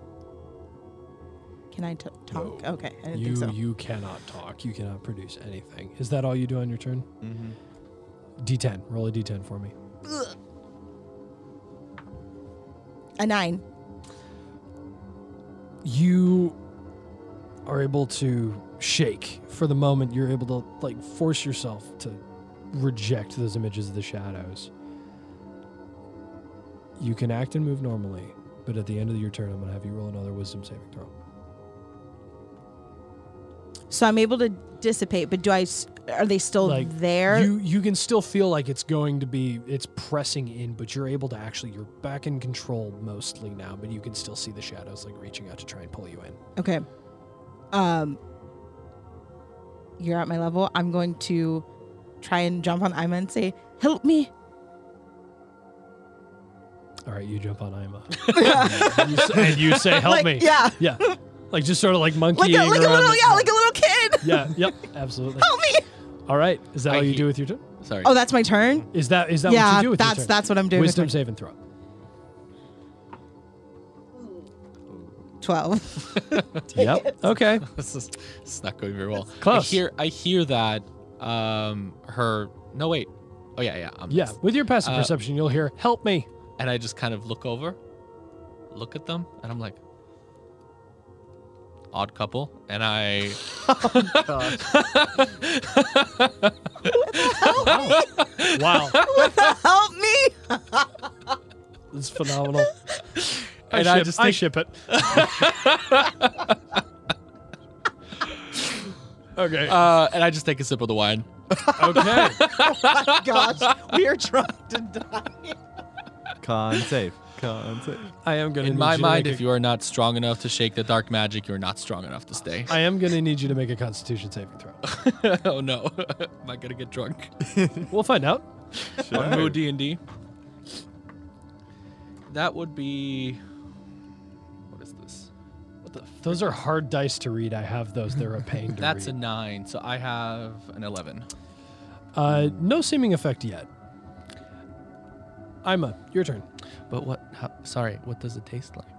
[SPEAKER 3] Can I t- talk?
[SPEAKER 2] No.
[SPEAKER 3] Okay, I didn't
[SPEAKER 2] You
[SPEAKER 3] think so.
[SPEAKER 2] you cannot talk. You cannot produce anything. Is that all you do on your turn?
[SPEAKER 4] Mm-hmm.
[SPEAKER 2] D10. Roll a D10 for me.
[SPEAKER 3] A nine.
[SPEAKER 2] You are able to shake for the moment. You're able to like force yourself to reject those images of the shadows. You can act and move normally, but at the end of your turn, I'm gonna have you roll another Wisdom saving throw.
[SPEAKER 3] So I'm able to dissipate, but do I? s- Are they still
[SPEAKER 2] Like,
[SPEAKER 3] there?
[SPEAKER 2] You you can still feel like it's going to be it's pressing in, but you're able to actually you're back in control mostly now, but you can still see the shadows like reaching out to try and pull you in.
[SPEAKER 3] Okay. Um, you're at my level. I'm going to try and jump on Ima and say, "Help me!"
[SPEAKER 2] All right, you jump on
[SPEAKER 3] [laughs]
[SPEAKER 2] Ima, [laughs] You s- and you say, "Help
[SPEAKER 3] like,
[SPEAKER 2] me!"
[SPEAKER 3] Yeah,
[SPEAKER 2] yeah, like just sort of like
[SPEAKER 3] like
[SPEAKER 2] monkeying
[SPEAKER 3] a, like a
[SPEAKER 2] around
[SPEAKER 3] little Oh.
[SPEAKER 2] the-
[SPEAKER 3] yeah, like a little kid.
[SPEAKER 2] yeah, yep, absolutely.
[SPEAKER 3] Help me!
[SPEAKER 2] All right, is that
[SPEAKER 5] I
[SPEAKER 2] all you
[SPEAKER 5] hear-
[SPEAKER 2] do with your turn?
[SPEAKER 5] Sorry.
[SPEAKER 3] Oh, that's my turn.
[SPEAKER 2] Is that is that what
[SPEAKER 3] yeah,
[SPEAKER 2] you do with
[SPEAKER 3] that's
[SPEAKER 2] your turn?
[SPEAKER 3] that's what I'm doing. with
[SPEAKER 2] Wisdom
[SPEAKER 3] my-
[SPEAKER 2] save and
[SPEAKER 3] [laughs]
[SPEAKER 2] throw.
[SPEAKER 3] Twelve. [laughs]
[SPEAKER 2] Yep. Okay.
[SPEAKER 5] this is it's not going very well.
[SPEAKER 2] Close.
[SPEAKER 5] I hear I hear that um her no wait. Oh yeah, yeah. I'm
[SPEAKER 2] Yeah, with your passive
[SPEAKER 5] Uh,
[SPEAKER 2] perception, you'll hear "Help me."
[SPEAKER 5] And I just kind of look over, look at them, and I'm like odd couple and I
[SPEAKER 2] Wow,
[SPEAKER 3] Help me!
[SPEAKER 2] [laughs] it's phenomenal. I,
[SPEAKER 5] And
[SPEAKER 2] ship,
[SPEAKER 5] I
[SPEAKER 2] I,
[SPEAKER 5] just think-
[SPEAKER 2] ship it. [laughs] okay.
[SPEAKER 5] uh and I just take a sip of the wine.
[SPEAKER 2] okay.
[SPEAKER 3] Gosh, we are drunk to die.
[SPEAKER 4] Con
[SPEAKER 2] [laughs]
[SPEAKER 4] save. Con save.
[SPEAKER 2] I am gonna
[SPEAKER 5] In
[SPEAKER 2] need
[SPEAKER 5] my
[SPEAKER 2] you to
[SPEAKER 5] mind,
[SPEAKER 2] make
[SPEAKER 5] if
[SPEAKER 2] a-
[SPEAKER 5] you are not strong enough to shake the dark magic, you're not strong enough to stay.
[SPEAKER 2] I am gonna need you to make a Constitution saving throw.
[SPEAKER 5] [laughs] oh no. [laughs] Am I gonna get drunk?
[SPEAKER 2] We'll find out.
[SPEAKER 5] on Mo D and D. That would be. What is this? What the? F-
[SPEAKER 2] Those are hard dice to read. I have those. They're a
[SPEAKER 3] [laughs]
[SPEAKER 2] pain to
[SPEAKER 5] That's a
[SPEAKER 2] read.
[SPEAKER 5] nine. So I have an eleven.
[SPEAKER 2] uh, no seeming effect yet. Ima, your turn.
[SPEAKER 5] But what? How, sorry. What does it taste like?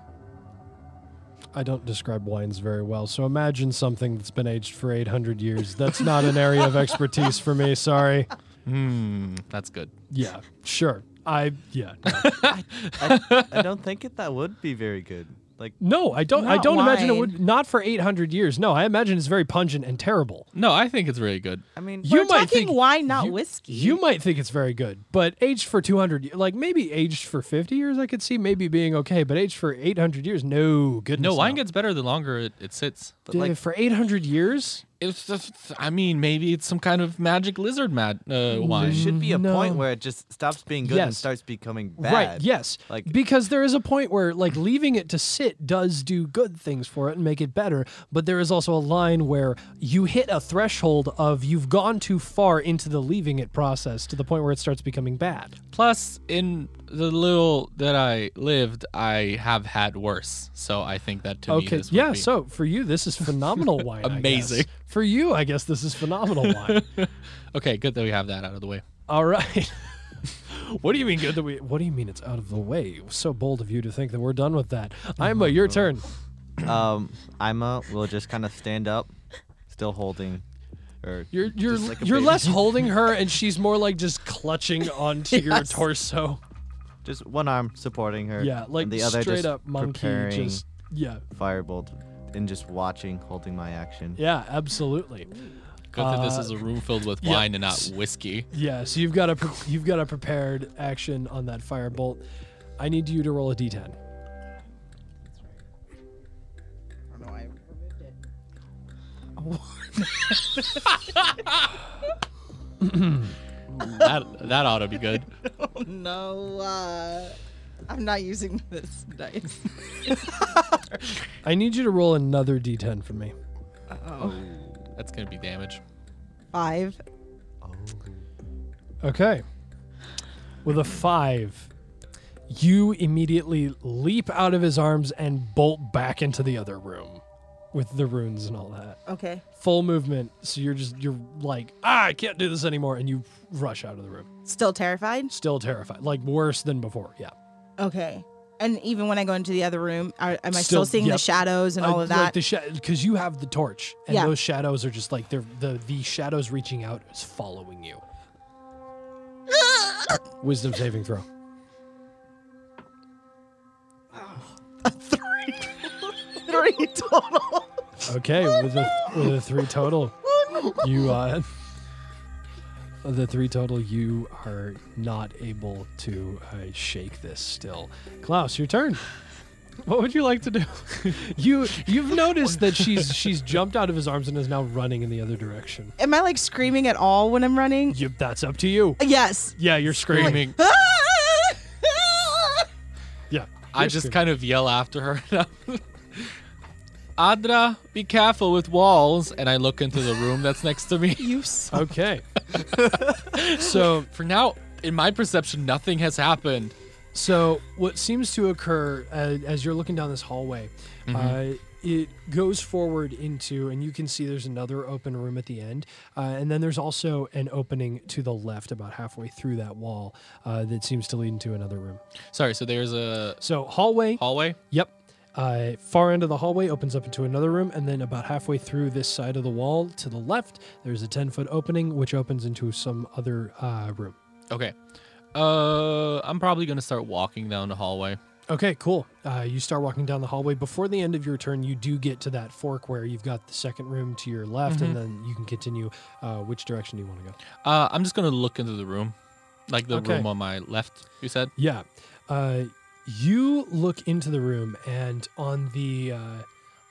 [SPEAKER 2] I don't describe wines very well, so imagine something that's been aged for 800 years. That's not an area of expertise for me. Sorry.
[SPEAKER 5] Hmm, that's good.
[SPEAKER 2] [laughs] Yeah, sure. I yeah. [laughs] No,
[SPEAKER 4] I, I don't think it, that would be very good. Like,
[SPEAKER 2] No, I don't. I
[SPEAKER 3] Not
[SPEAKER 2] don't imagine it
[SPEAKER 3] wine.
[SPEAKER 2] would not for 800 years. No, I imagine it's very pungent and terrible.
[SPEAKER 5] No, I think it's really good.
[SPEAKER 4] I mean,
[SPEAKER 2] You
[SPEAKER 3] We're
[SPEAKER 2] might
[SPEAKER 3] talking
[SPEAKER 2] think-
[SPEAKER 3] wine, not
[SPEAKER 2] you-
[SPEAKER 3] whiskey.
[SPEAKER 2] You might think it's very good, but aged for 200, y- like maybe aged for 50 years, I could see maybe being okay. But aged for 800 years, no goodness.
[SPEAKER 5] No, wine
[SPEAKER 2] no.
[SPEAKER 5] gets better the longer it, it sits.
[SPEAKER 4] but
[SPEAKER 2] D-
[SPEAKER 4] like
[SPEAKER 2] for 800 years.
[SPEAKER 5] It's just, I mean, maybe it's some kind of magic lizard mad uh,
[SPEAKER 4] there
[SPEAKER 5] wine.
[SPEAKER 4] should be a point
[SPEAKER 2] No.
[SPEAKER 4] where it just stops being good and
[SPEAKER 2] Yes.
[SPEAKER 4] starts becoming bad.
[SPEAKER 2] Right. Yes.
[SPEAKER 4] Like-
[SPEAKER 2] because there is a point where like leaving it to sit does do good things for it and make it better, but there is also a line where you hit a threshold of you've gone too far into the leaving it process to the point where it starts becoming bad.
[SPEAKER 5] Plus, in the little that I lived, I have had worse. So I think that to me,
[SPEAKER 2] okay.
[SPEAKER 5] this would
[SPEAKER 2] Yeah.
[SPEAKER 5] be-
[SPEAKER 2] So for you, this is phenomenal wine. I guess.
[SPEAKER 5] Amazing.
[SPEAKER 2] For you, I guess this is phenomenal
[SPEAKER 5] [laughs]
[SPEAKER 2] wine.
[SPEAKER 5] okay, good that we have that out of the way.
[SPEAKER 2] All right. What do you mean good that we What do you mean it's out of the way? So bold of you to think that we're done with that.
[SPEAKER 4] Oh
[SPEAKER 2] Ima, your turn.
[SPEAKER 4] Um, Ima will just kind of stand up, still holding. Or
[SPEAKER 2] You're you're
[SPEAKER 4] just like a
[SPEAKER 2] you're
[SPEAKER 4] baby.
[SPEAKER 2] less
[SPEAKER 4] [laughs]
[SPEAKER 2] holding her, and she's more like just clutching onto your torso.
[SPEAKER 4] just one arm supporting her.
[SPEAKER 2] Yeah,
[SPEAKER 4] and
[SPEAKER 2] like
[SPEAKER 4] the other
[SPEAKER 2] straight
[SPEAKER 4] just
[SPEAKER 2] up monkey.
[SPEAKER 4] preparing
[SPEAKER 2] Just yeah,
[SPEAKER 4] firebolt and just watching, holding my action.
[SPEAKER 2] yeah, absolutely.
[SPEAKER 5] Good that this
[SPEAKER 2] Uh,
[SPEAKER 5] is a room filled with
[SPEAKER 2] yeah.
[SPEAKER 5] wine and [laughs] not whiskey.
[SPEAKER 2] Yeah, so you've got a pre- you've got a prepared action on that firebolt. I need you to roll a d10.
[SPEAKER 6] I don't know. I removed it.
[SPEAKER 5] that that ought to be good.
[SPEAKER 6] Oh no. Uh, I'm not using this
[SPEAKER 3] [laughs]
[SPEAKER 6] dice.
[SPEAKER 2] I need you to roll another d10 for me.
[SPEAKER 5] That's gonna be damage.
[SPEAKER 6] Five.
[SPEAKER 2] Okay. With a five, you immediately leap out of his arms and bolt back into the other room with the runes and all that.
[SPEAKER 3] okay.
[SPEAKER 2] full movement. So you're just you're like, ah, I can't do this anymore, and you rush out of the room,
[SPEAKER 3] Still terrified?
[SPEAKER 2] still terrified, like worse than before. Yeah,
[SPEAKER 3] Okay. And even when I go into the other room, are, am I
[SPEAKER 2] Still-
[SPEAKER 3] still, seeing
[SPEAKER 2] yep.
[SPEAKER 3] the shadows and all of
[SPEAKER 2] like
[SPEAKER 3] that?
[SPEAKER 2] the because you have the torch, and
[SPEAKER 3] Yeah.
[SPEAKER 2] those shadows are just like they're the the shadows reaching out is following
[SPEAKER 3] [laughs]
[SPEAKER 2] you. Wisdom saving throw. [laughs]
[SPEAKER 3] [laughs]
[SPEAKER 6] Three total.
[SPEAKER 2] Okay, with a with a three total, you uh, the three total, you are not able to uh, shake this. Still, Klaus, your turn. What would you like to do? [laughs] you you've noticed that she's she's jumped out of his arms and is now running in the other direction.
[SPEAKER 3] Am I like screaming at all when I'm running?
[SPEAKER 2] You, that's up to you.
[SPEAKER 3] Yes.
[SPEAKER 2] Yeah, you're screaming. Yeah,
[SPEAKER 5] I
[SPEAKER 2] you're
[SPEAKER 5] just
[SPEAKER 2] screaming.
[SPEAKER 5] kind of yell after her. [laughs] Adra, be careful with walls. And I look into the room that's next to me.
[SPEAKER 3] [laughs] You s-
[SPEAKER 2] okay. so
[SPEAKER 5] For now, in my perception, nothing has happened.
[SPEAKER 2] So, what seems to occur uh, as you're looking down this hallway, uh, it goes forward into, and you can see there's another open room at the end. Uh, and then there's also an opening to the left, about halfway through that wall, uh, that seems to lead into another room.
[SPEAKER 5] Sorry, so there's a
[SPEAKER 2] So, hallway,
[SPEAKER 5] hallway.
[SPEAKER 2] yep. Uh, far end of the hallway opens up into another room, and then about halfway through this side of the wall to the left, there's a 10 foot opening which opens into some other uh, room.
[SPEAKER 5] Okay. Uh, I'm probably gonna start walking down the hallway.
[SPEAKER 2] Okay, cool. Uh, you start walking down the hallway. Before the end of your turn, you do get to that fork where you've got the second room to your left, and then you can continue. Uh, which direction do you want to go?
[SPEAKER 5] Uh, I'm just gonna look into the room, like the
[SPEAKER 2] Okay.
[SPEAKER 5] room on my left. You said.
[SPEAKER 2] Yeah. Uh, you look into the room, and on the uh,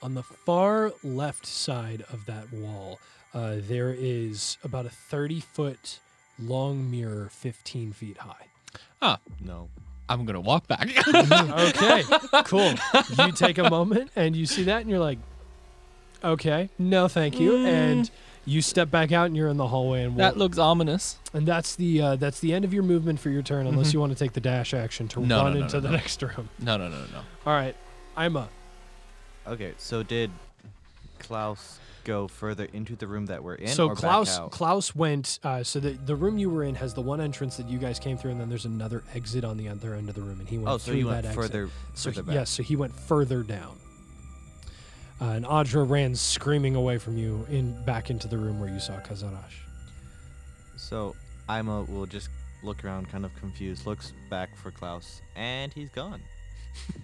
[SPEAKER 2] on the far left side of that wall, uh, there is about a thirty foot long mirror, fifteen feet high.
[SPEAKER 4] No.
[SPEAKER 5] Ah, I'm gonna walk
[SPEAKER 2] [laughs]
[SPEAKER 5] back. [laughs]
[SPEAKER 2] okay, cool. You take a moment and you see that, and you're like, okay, no, thank you. And you step back out, and you're in the hallway, and
[SPEAKER 5] that
[SPEAKER 2] walk.
[SPEAKER 5] looks ominous.
[SPEAKER 2] and that's the uh, that's the end of your movement for your turn, unless you want to take the dash action to
[SPEAKER 5] No, no,
[SPEAKER 2] run
[SPEAKER 5] no,
[SPEAKER 2] into
[SPEAKER 5] no,
[SPEAKER 2] the
[SPEAKER 5] no.
[SPEAKER 2] next room.
[SPEAKER 5] No, no, no, no, no.
[SPEAKER 2] All right, I'm a
[SPEAKER 4] Okay, so did Klaus go further into the room that we're in?
[SPEAKER 2] so
[SPEAKER 4] or back
[SPEAKER 2] Klaus.
[SPEAKER 4] out?
[SPEAKER 2] Klaus went. Uh, so the the room you were in has the one entrance that you guys came through, and then there's another exit on the other end of the room, and he went
[SPEAKER 4] oh, so
[SPEAKER 2] through
[SPEAKER 4] you went
[SPEAKER 2] that exit.
[SPEAKER 4] further,
[SPEAKER 2] So
[SPEAKER 4] further
[SPEAKER 2] he-
[SPEAKER 4] back.
[SPEAKER 2] yes, so he went further down. Uh, and Audra ran screaming away from you in back into the room where you saw Kazarash.
[SPEAKER 4] So Ima will just look around, kind of confused, looks back for Klaus, and he's gone. [laughs]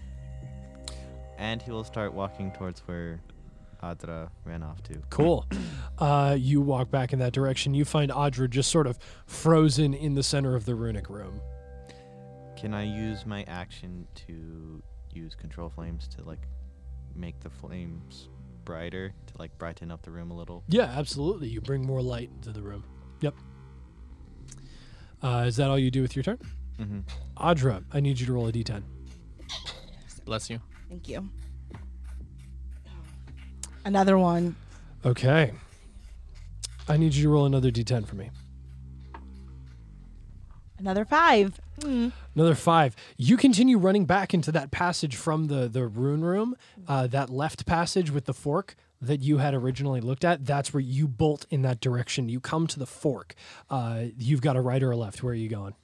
[SPEAKER 4] and he will start walking towards where Adra ran off to.
[SPEAKER 2] Cool. [clears throat] Uh, you walk back in that direction. You find Audra just sort of frozen in the center of the runic room.
[SPEAKER 4] Can I use my action to use control flames to like make the flames brighter to like brighten up the room a little?
[SPEAKER 2] Yeah, absolutely. You bring more light into the room. Yep. Uh, is that all you do with your turn?
[SPEAKER 4] Mm-hmm.
[SPEAKER 2] Audra, I need you to roll a d10.
[SPEAKER 5] Bless you.
[SPEAKER 6] Thank you.
[SPEAKER 3] Another one.
[SPEAKER 2] Okay. I need you to roll another d10 for me.
[SPEAKER 3] Another five.
[SPEAKER 2] Another five. You continue running back into that passage from the the rune room, uh, that left passage with the fork that you had originally looked at. That's where you bolt in that direction. You come to the fork. Uh, you've got a right or a left. Where are you going?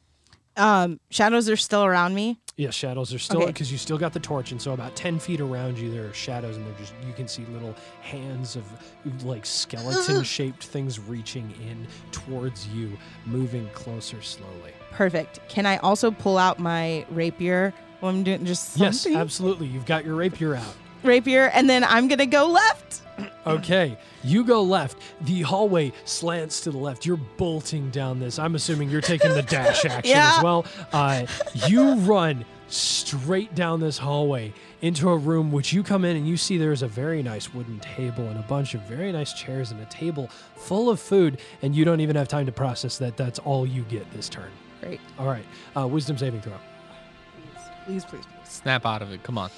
[SPEAKER 3] Um, shadows are still around me.
[SPEAKER 2] Yeah, shadows are still
[SPEAKER 3] Okay.
[SPEAKER 2] because you still got the torch, and so about ten feet around you there are shadows, and they're just you can see little hands of like skeleton-shaped things reaching in towards you, moving closer slowly.
[SPEAKER 3] Perfect. Can I also pull out my rapier? Well, I'm doing just
[SPEAKER 2] Yes,
[SPEAKER 3] something?
[SPEAKER 2] absolutely. You've got your rapier out.
[SPEAKER 3] rapier, and then I'm gonna go left.
[SPEAKER 2] Okay, you go left. The hallway slants to the left. You're bolting down this. I'm assuming you're taking
[SPEAKER 6] [laughs]
[SPEAKER 2] the dash action
[SPEAKER 3] Yeah.
[SPEAKER 2] as well. Uh, you run straight down this hallway into a room which you come in and you see there's a very nice wooden table and a bunch of very nice chairs and a table full of food and you don't even have time to process that that's all you get this turn
[SPEAKER 3] Great.
[SPEAKER 2] all right uh, wisdom saving throw
[SPEAKER 6] Please, please, please.
[SPEAKER 5] Snap out of it. Come on.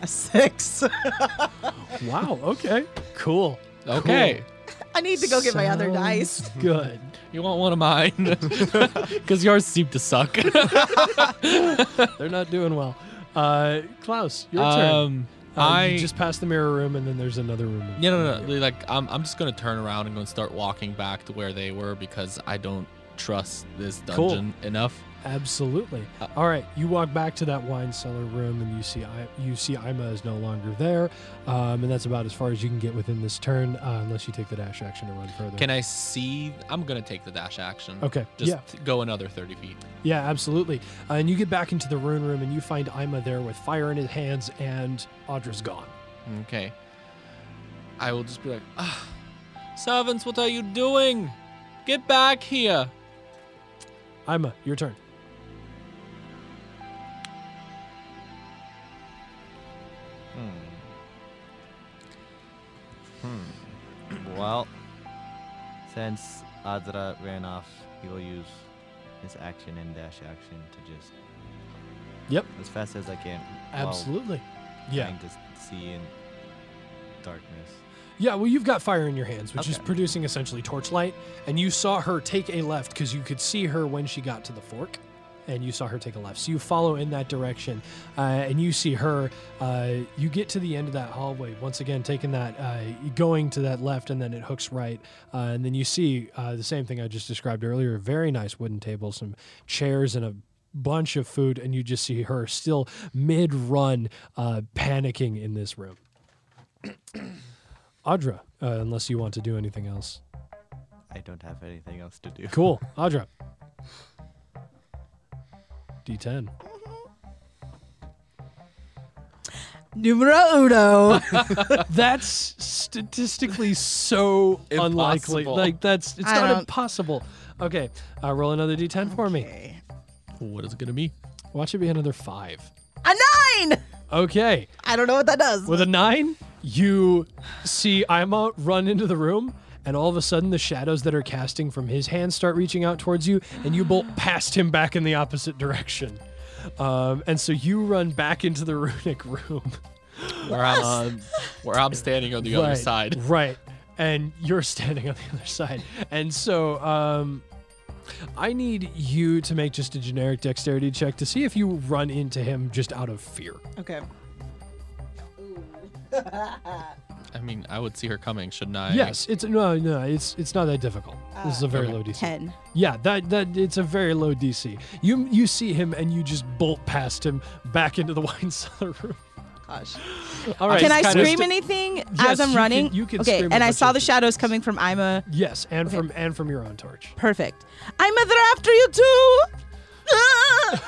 [SPEAKER 6] A six.
[SPEAKER 2] wow okay cool
[SPEAKER 5] Okay.
[SPEAKER 6] I need to go get my other dice.
[SPEAKER 2] Sounds good
[SPEAKER 5] You want one of mine? [laughs] Because yours seem to suck.
[SPEAKER 2] They're not doing well. Uh, Klaus, your turn.
[SPEAKER 5] um,
[SPEAKER 2] Uh,
[SPEAKER 5] I
[SPEAKER 2] you just passed the mirror room, and then there's another room. in
[SPEAKER 5] Yeah,
[SPEAKER 2] front
[SPEAKER 5] no,
[SPEAKER 2] of
[SPEAKER 5] no,
[SPEAKER 2] you.
[SPEAKER 5] no. Like, I'm, I'm just gonna turn around and gonna start walking back to where they were because I don't trust this
[SPEAKER 2] Cool.
[SPEAKER 5] dungeon enough.
[SPEAKER 2] Absolutely.
[SPEAKER 5] Uh,
[SPEAKER 2] All right, you walk back to that wine cellar room, and you see I, you see Ima is no longer there, um, and that's about as far as you can get within this turn, uh, unless you take the dash action to run further.
[SPEAKER 5] Can I see? I'm gonna take the dash action.
[SPEAKER 2] Okay.
[SPEAKER 5] Just
[SPEAKER 2] yeah.
[SPEAKER 5] go another 30 feet.
[SPEAKER 2] Yeah. Absolutely. Uh, and you get back into the rune room, and you find Ima there with fire in his hands, and Audra's gone.
[SPEAKER 5] Okay. I will just be like, ah, servants, what are you doing? Get back here.
[SPEAKER 2] Ima, your turn.
[SPEAKER 4] Hmm. Hmm. Well, since Adra ran off, he will use his action and dash action to just.
[SPEAKER 2] Yep.
[SPEAKER 4] As fast as I can. while
[SPEAKER 2] Absolutely. Yeah.
[SPEAKER 4] Trying to s- see in darkness.
[SPEAKER 2] Yeah, well, you've got fire in your hands, which is
[SPEAKER 4] Okay.
[SPEAKER 2] producing essentially torchlight, and you saw her take a left because you could see her when she got to the fork, and you saw her take a left. So you follow in that direction, uh, and you see her. Uh, you get to the end of that hallway once again, taking that, uh, going to that left, and then it hooks right, uh, and then you see uh, the same thing I just described earlier. A very nice wooden table, some chairs, and a bunch of food, and you just see her still mid-run, uh, panicking in this room. Audra, uh, unless you want to do anything else.
[SPEAKER 4] I don't have anything else to do.
[SPEAKER 2] Cool. Audra. D10.
[SPEAKER 6] Numero
[SPEAKER 3] [laughs]
[SPEAKER 6] uno.
[SPEAKER 2] That's statistically so unlikely.
[SPEAKER 5] Impossible.
[SPEAKER 2] Like, that's, it's
[SPEAKER 3] I
[SPEAKER 2] not
[SPEAKER 3] don't-
[SPEAKER 2] impossible. Okay. Uh, roll another D10 for me.
[SPEAKER 6] Okay.
[SPEAKER 5] What is it gonna be?
[SPEAKER 2] Watch it be another five.
[SPEAKER 6] A nine.
[SPEAKER 2] Okay.
[SPEAKER 6] I don't know what that does.
[SPEAKER 2] With a nine, you see Ima run into the room, and all of a sudden, the shadows that are casting from his hands start reaching out towards you, and you bolt past him back in the opposite direction. Um, and so you run back into the [laughs] runic room.
[SPEAKER 5] Where I'm, um, where I'm standing on the other
[SPEAKER 2] right,
[SPEAKER 5] side.
[SPEAKER 2] Right. And you're standing on the other side. And so um, I need you to make just a generic dexterity check to see if you run into him just out of fear.
[SPEAKER 6] Okay.
[SPEAKER 5] I mean, I would see her coming, shouldn't I?
[SPEAKER 2] Yes, it's no, no, it's it's not that difficult. This is a very
[SPEAKER 5] okay.
[SPEAKER 2] low DC.
[SPEAKER 3] Ten.
[SPEAKER 2] Yeah, that that it's a very low [laughs] DC. You you see him and you just bolt past him back into the wine cellar room.
[SPEAKER 6] Hush.
[SPEAKER 2] All right.
[SPEAKER 3] Can I
[SPEAKER 2] it's kinda-
[SPEAKER 3] scream anything
[SPEAKER 2] Yes,
[SPEAKER 3] as I'm
[SPEAKER 2] you can-
[SPEAKER 3] running?
[SPEAKER 2] you can
[SPEAKER 3] okay,
[SPEAKER 2] scream a
[SPEAKER 3] and I
[SPEAKER 2] bunch
[SPEAKER 3] saw
[SPEAKER 2] of
[SPEAKER 3] the
[SPEAKER 2] things.
[SPEAKER 3] shadows coming from Ima.
[SPEAKER 2] Yes, and from and from your own torch.
[SPEAKER 3] Perfect. Ima, they're after you too. [laughs]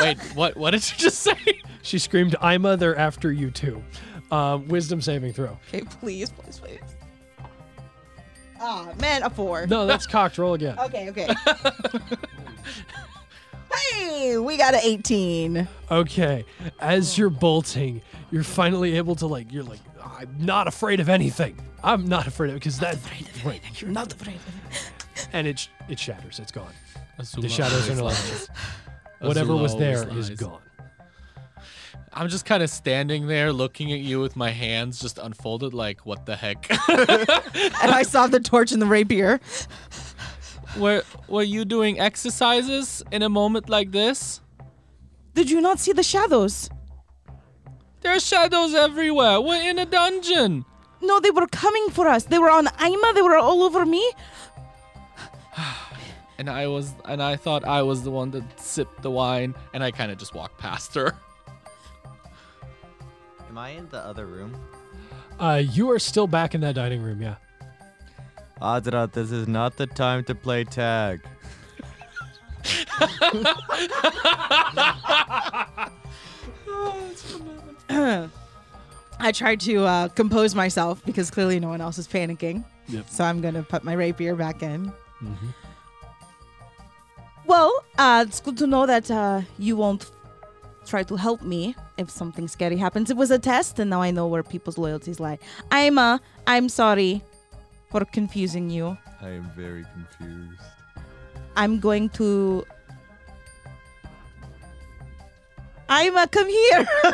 [SPEAKER 5] Wait, what? What did you just say?
[SPEAKER 2] She screamed, "Ima, they're after you too." Um, wisdom saving throw.
[SPEAKER 6] Okay, please, please, please. Ah, man, a four.
[SPEAKER 2] No, [laughs] that's cocked. Roll again.
[SPEAKER 6] Okay, okay. hey, we got an 18.
[SPEAKER 2] Okay, as you're bolting, you're finally able to like. You're like, I'm not afraid of anything. I'm not afraid of because that. [laughs] Right, you're not afraid. And it sh- it shatters. It's gone. The shadows are no longer. Whatever was
[SPEAKER 5] Azula
[SPEAKER 2] there
[SPEAKER 5] always
[SPEAKER 2] is
[SPEAKER 5] lies.
[SPEAKER 2] gone.
[SPEAKER 5] I'm just kind of standing there, looking at you with my hands just unfolded, like, what the heck? [laughs]
[SPEAKER 6] And I saw the torch and the rapier.
[SPEAKER 5] were Were you doing exercises in a moment like this?
[SPEAKER 3] Did you not see the shadows?
[SPEAKER 5] There are shadows everywhere. We're in a dungeon.
[SPEAKER 3] No, they were coming for us. They were on Ima. They were all over me.
[SPEAKER 5] And I was, and I thought I was the one that sipped the wine, and I kind of just walked past her.
[SPEAKER 4] Am I in the other room?
[SPEAKER 2] Uh, you are still back in that dining room. Yeah.
[SPEAKER 4] Adra, this is not the time to play tag.
[SPEAKER 6] I tried to uh, compose myself because clearly no one else is panicking. So I'm going to put my rapier back in.
[SPEAKER 3] Well, uh, it's good to know that uh, you won't try to help me if something scary happens. It was a test, and now I know where people's loyalties lie. Ima, I'm sorry for confusing you.
[SPEAKER 4] I am very confused.
[SPEAKER 3] I'm going to. Ima, uh, come here. [laughs]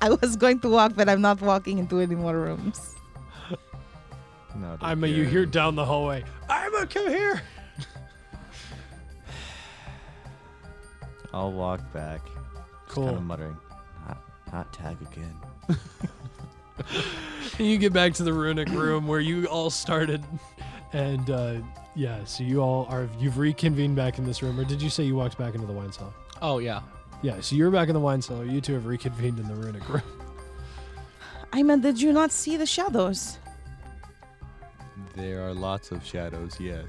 [SPEAKER 3] I was going to walk, but I'm not walking into any more rooms.
[SPEAKER 4] Not
[SPEAKER 2] Ima, you hear down the hallway. Ima, come here.
[SPEAKER 4] I'll walk back. Kind
[SPEAKER 2] Cool.
[SPEAKER 4] of muttering. Not, not tag again.
[SPEAKER 2] you get back to the runic room where you all started, and uh, yeah, so you all are you've reconvened back in this room. Or did you say you walked back into the wine cellar?
[SPEAKER 5] [laughs] Oh yeah.
[SPEAKER 2] Yeah, so you're back in the wine cellar. You two have reconvened in the runic room.
[SPEAKER 3] Ima, did you not see the shadows?
[SPEAKER 4] There are lots of shadows, yes.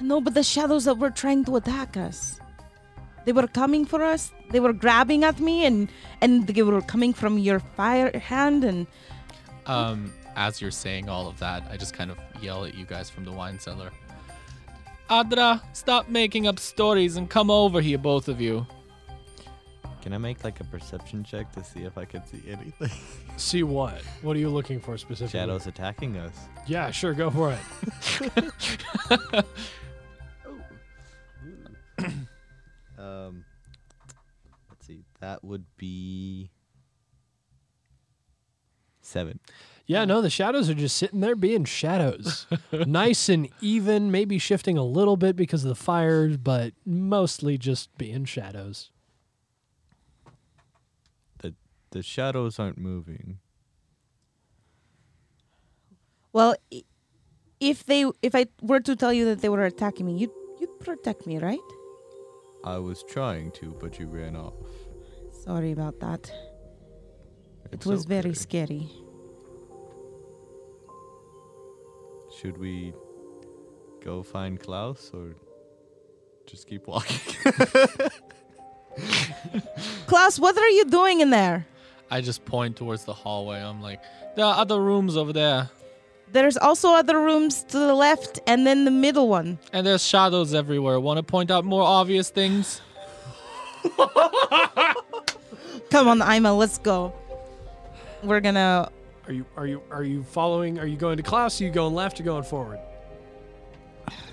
[SPEAKER 3] No, but the shadows that were trying to attack us. They were coming for us. They were grabbing at me, and and they were coming from your fire hand. And
[SPEAKER 5] Um, as you're saying all of that, I just kind of yell at you guys from the wine cellar. Adra, stop making up stories and come over here, both of you.
[SPEAKER 4] Can I make like a perception check to see if I can see anything?
[SPEAKER 2] [laughs] See what? What are you looking for specifically?
[SPEAKER 4] shadows attacking us.
[SPEAKER 2] Yeah, sure, go for it.
[SPEAKER 4] Um, let's see. That would be seven.
[SPEAKER 2] Yeah, no, the shadows are just sitting there being [laughs] shadows. nice and even, maybe shifting a little bit because of the fires, but mostly just being shadows.
[SPEAKER 4] The the shadows aren't moving.
[SPEAKER 3] well, i- if they if I were to tell you that they were attacking me, you you'd protect me, right?
[SPEAKER 4] I was trying to, but you ran off.
[SPEAKER 3] Sorry about that.
[SPEAKER 4] It's
[SPEAKER 3] It was very
[SPEAKER 4] okay.
[SPEAKER 3] scary.
[SPEAKER 4] Should we go find Klaus or just keep walking? [laughs]
[SPEAKER 3] Klaus, what are you doing in there?
[SPEAKER 5] I just point towards the hallway. I'm like, there are other rooms over there,
[SPEAKER 3] There's also other rooms to the left, and then the middle one.
[SPEAKER 5] and there's shadows everywhere. Want to point out more obvious things?
[SPEAKER 3] Come on, Ima, let's go. We're gonna.
[SPEAKER 2] Are you are you are you following? Are you going to Klaus? Are you going left or going forward?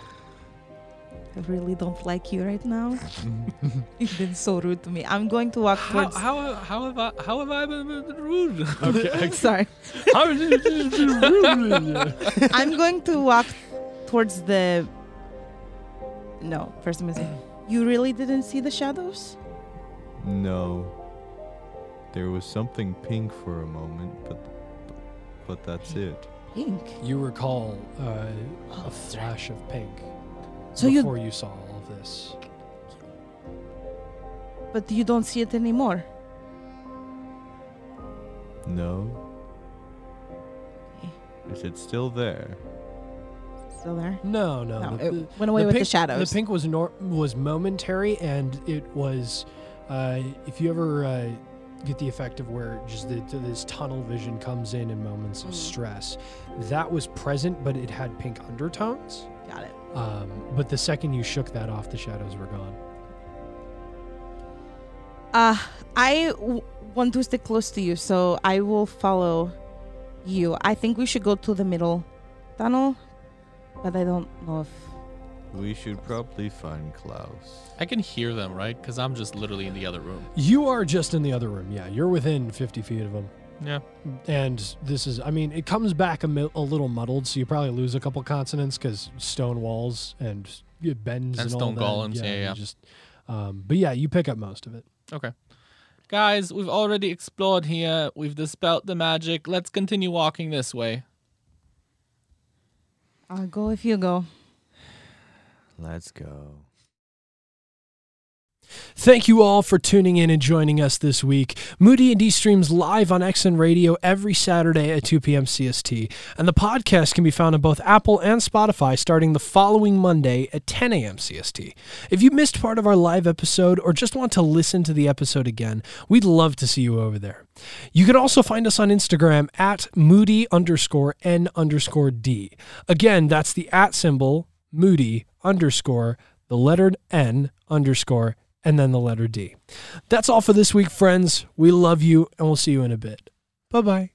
[SPEAKER 2] [laughs]
[SPEAKER 3] I really don't like you right now. You've been so rude to me. I'm going to walk
[SPEAKER 5] How,
[SPEAKER 3] towards. [laughs]
[SPEAKER 5] how, how have I how have I been rude?
[SPEAKER 2] Okay.
[SPEAKER 3] Sorry. I'm going to walk towards the. No, first I'm gonna say, you really didn't see the shadows?
[SPEAKER 4] no. There was something pink for a moment, but but that's it.
[SPEAKER 3] Pink.
[SPEAKER 2] you recall uh, a flash of pink
[SPEAKER 3] So you,
[SPEAKER 2] before you saw all of this.
[SPEAKER 3] but you don't see it anymore.
[SPEAKER 4] No. Is it still there?
[SPEAKER 6] Still there?
[SPEAKER 2] No, no.
[SPEAKER 6] No,
[SPEAKER 2] Uh, the-
[SPEAKER 6] it
[SPEAKER 2] the-
[SPEAKER 6] went away with the
[SPEAKER 2] pink-
[SPEAKER 6] shadows.
[SPEAKER 2] The pink was nor- was momentary, and it was. Uh, if you ever uh, get the effect of where just the, to this tunnel vision comes in in moments
[SPEAKER 6] Mm.
[SPEAKER 2] of stress, that was present, but it had pink undertones.
[SPEAKER 6] Got it.
[SPEAKER 2] Um, but the second you shook that off, the shadows were gone.
[SPEAKER 3] Uh, I w- want to stay close to you, so I will follow you. I think we should go to the middle tunnel, but I don't know if.
[SPEAKER 4] We should probably find Klaus.
[SPEAKER 5] I can hear them, right? Because I'm just literally in the other room.
[SPEAKER 2] You are just in the other room. Yeah, you're within 50 feet of them.
[SPEAKER 5] Yeah.
[SPEAKER 2] And this is, I mean, it comes back a, mi- a little muddled, so you probably lose a couple consonants because stone walls and it bends
[SPEAKER 5] And
[SPEAKER 2] and,
[SPEAKER 5] stone
[SPEAKER 2] all that.
[SPEAKER 5] golems, yeah,
[SPEAKER 2] you
[SPEAKER 5] yeah.
[SPEAKER 2] Just, um, but yeah, you pick up most of it.
[SPEAKER 5] Okay. Guys, we've already explored here. We've dispelled the magic. Let's continue walking this way.
[SPEAKER 3] I'll go if you go.
[SPEAKER 4] Let's go.
[SPEAKER 2] Thank you all for tuning in and joining us this week. Moody and D streams live on XN Radio every Saturday at 2 p.m. CST, and the podcast can be found on both Apple and Spotify starting the following Monday at 10 a.m. CST. If you missed part of our live episode or just want to listen to the episode again, we'd love to see you over there. You can also find us on Instagram at Moody underscore N underscore D. Again, that's the at symbol Moody underscore the letter N underscore and then the letter D. That's all for this week, friends. We love you, and we'll see you in a bit. Bye bye.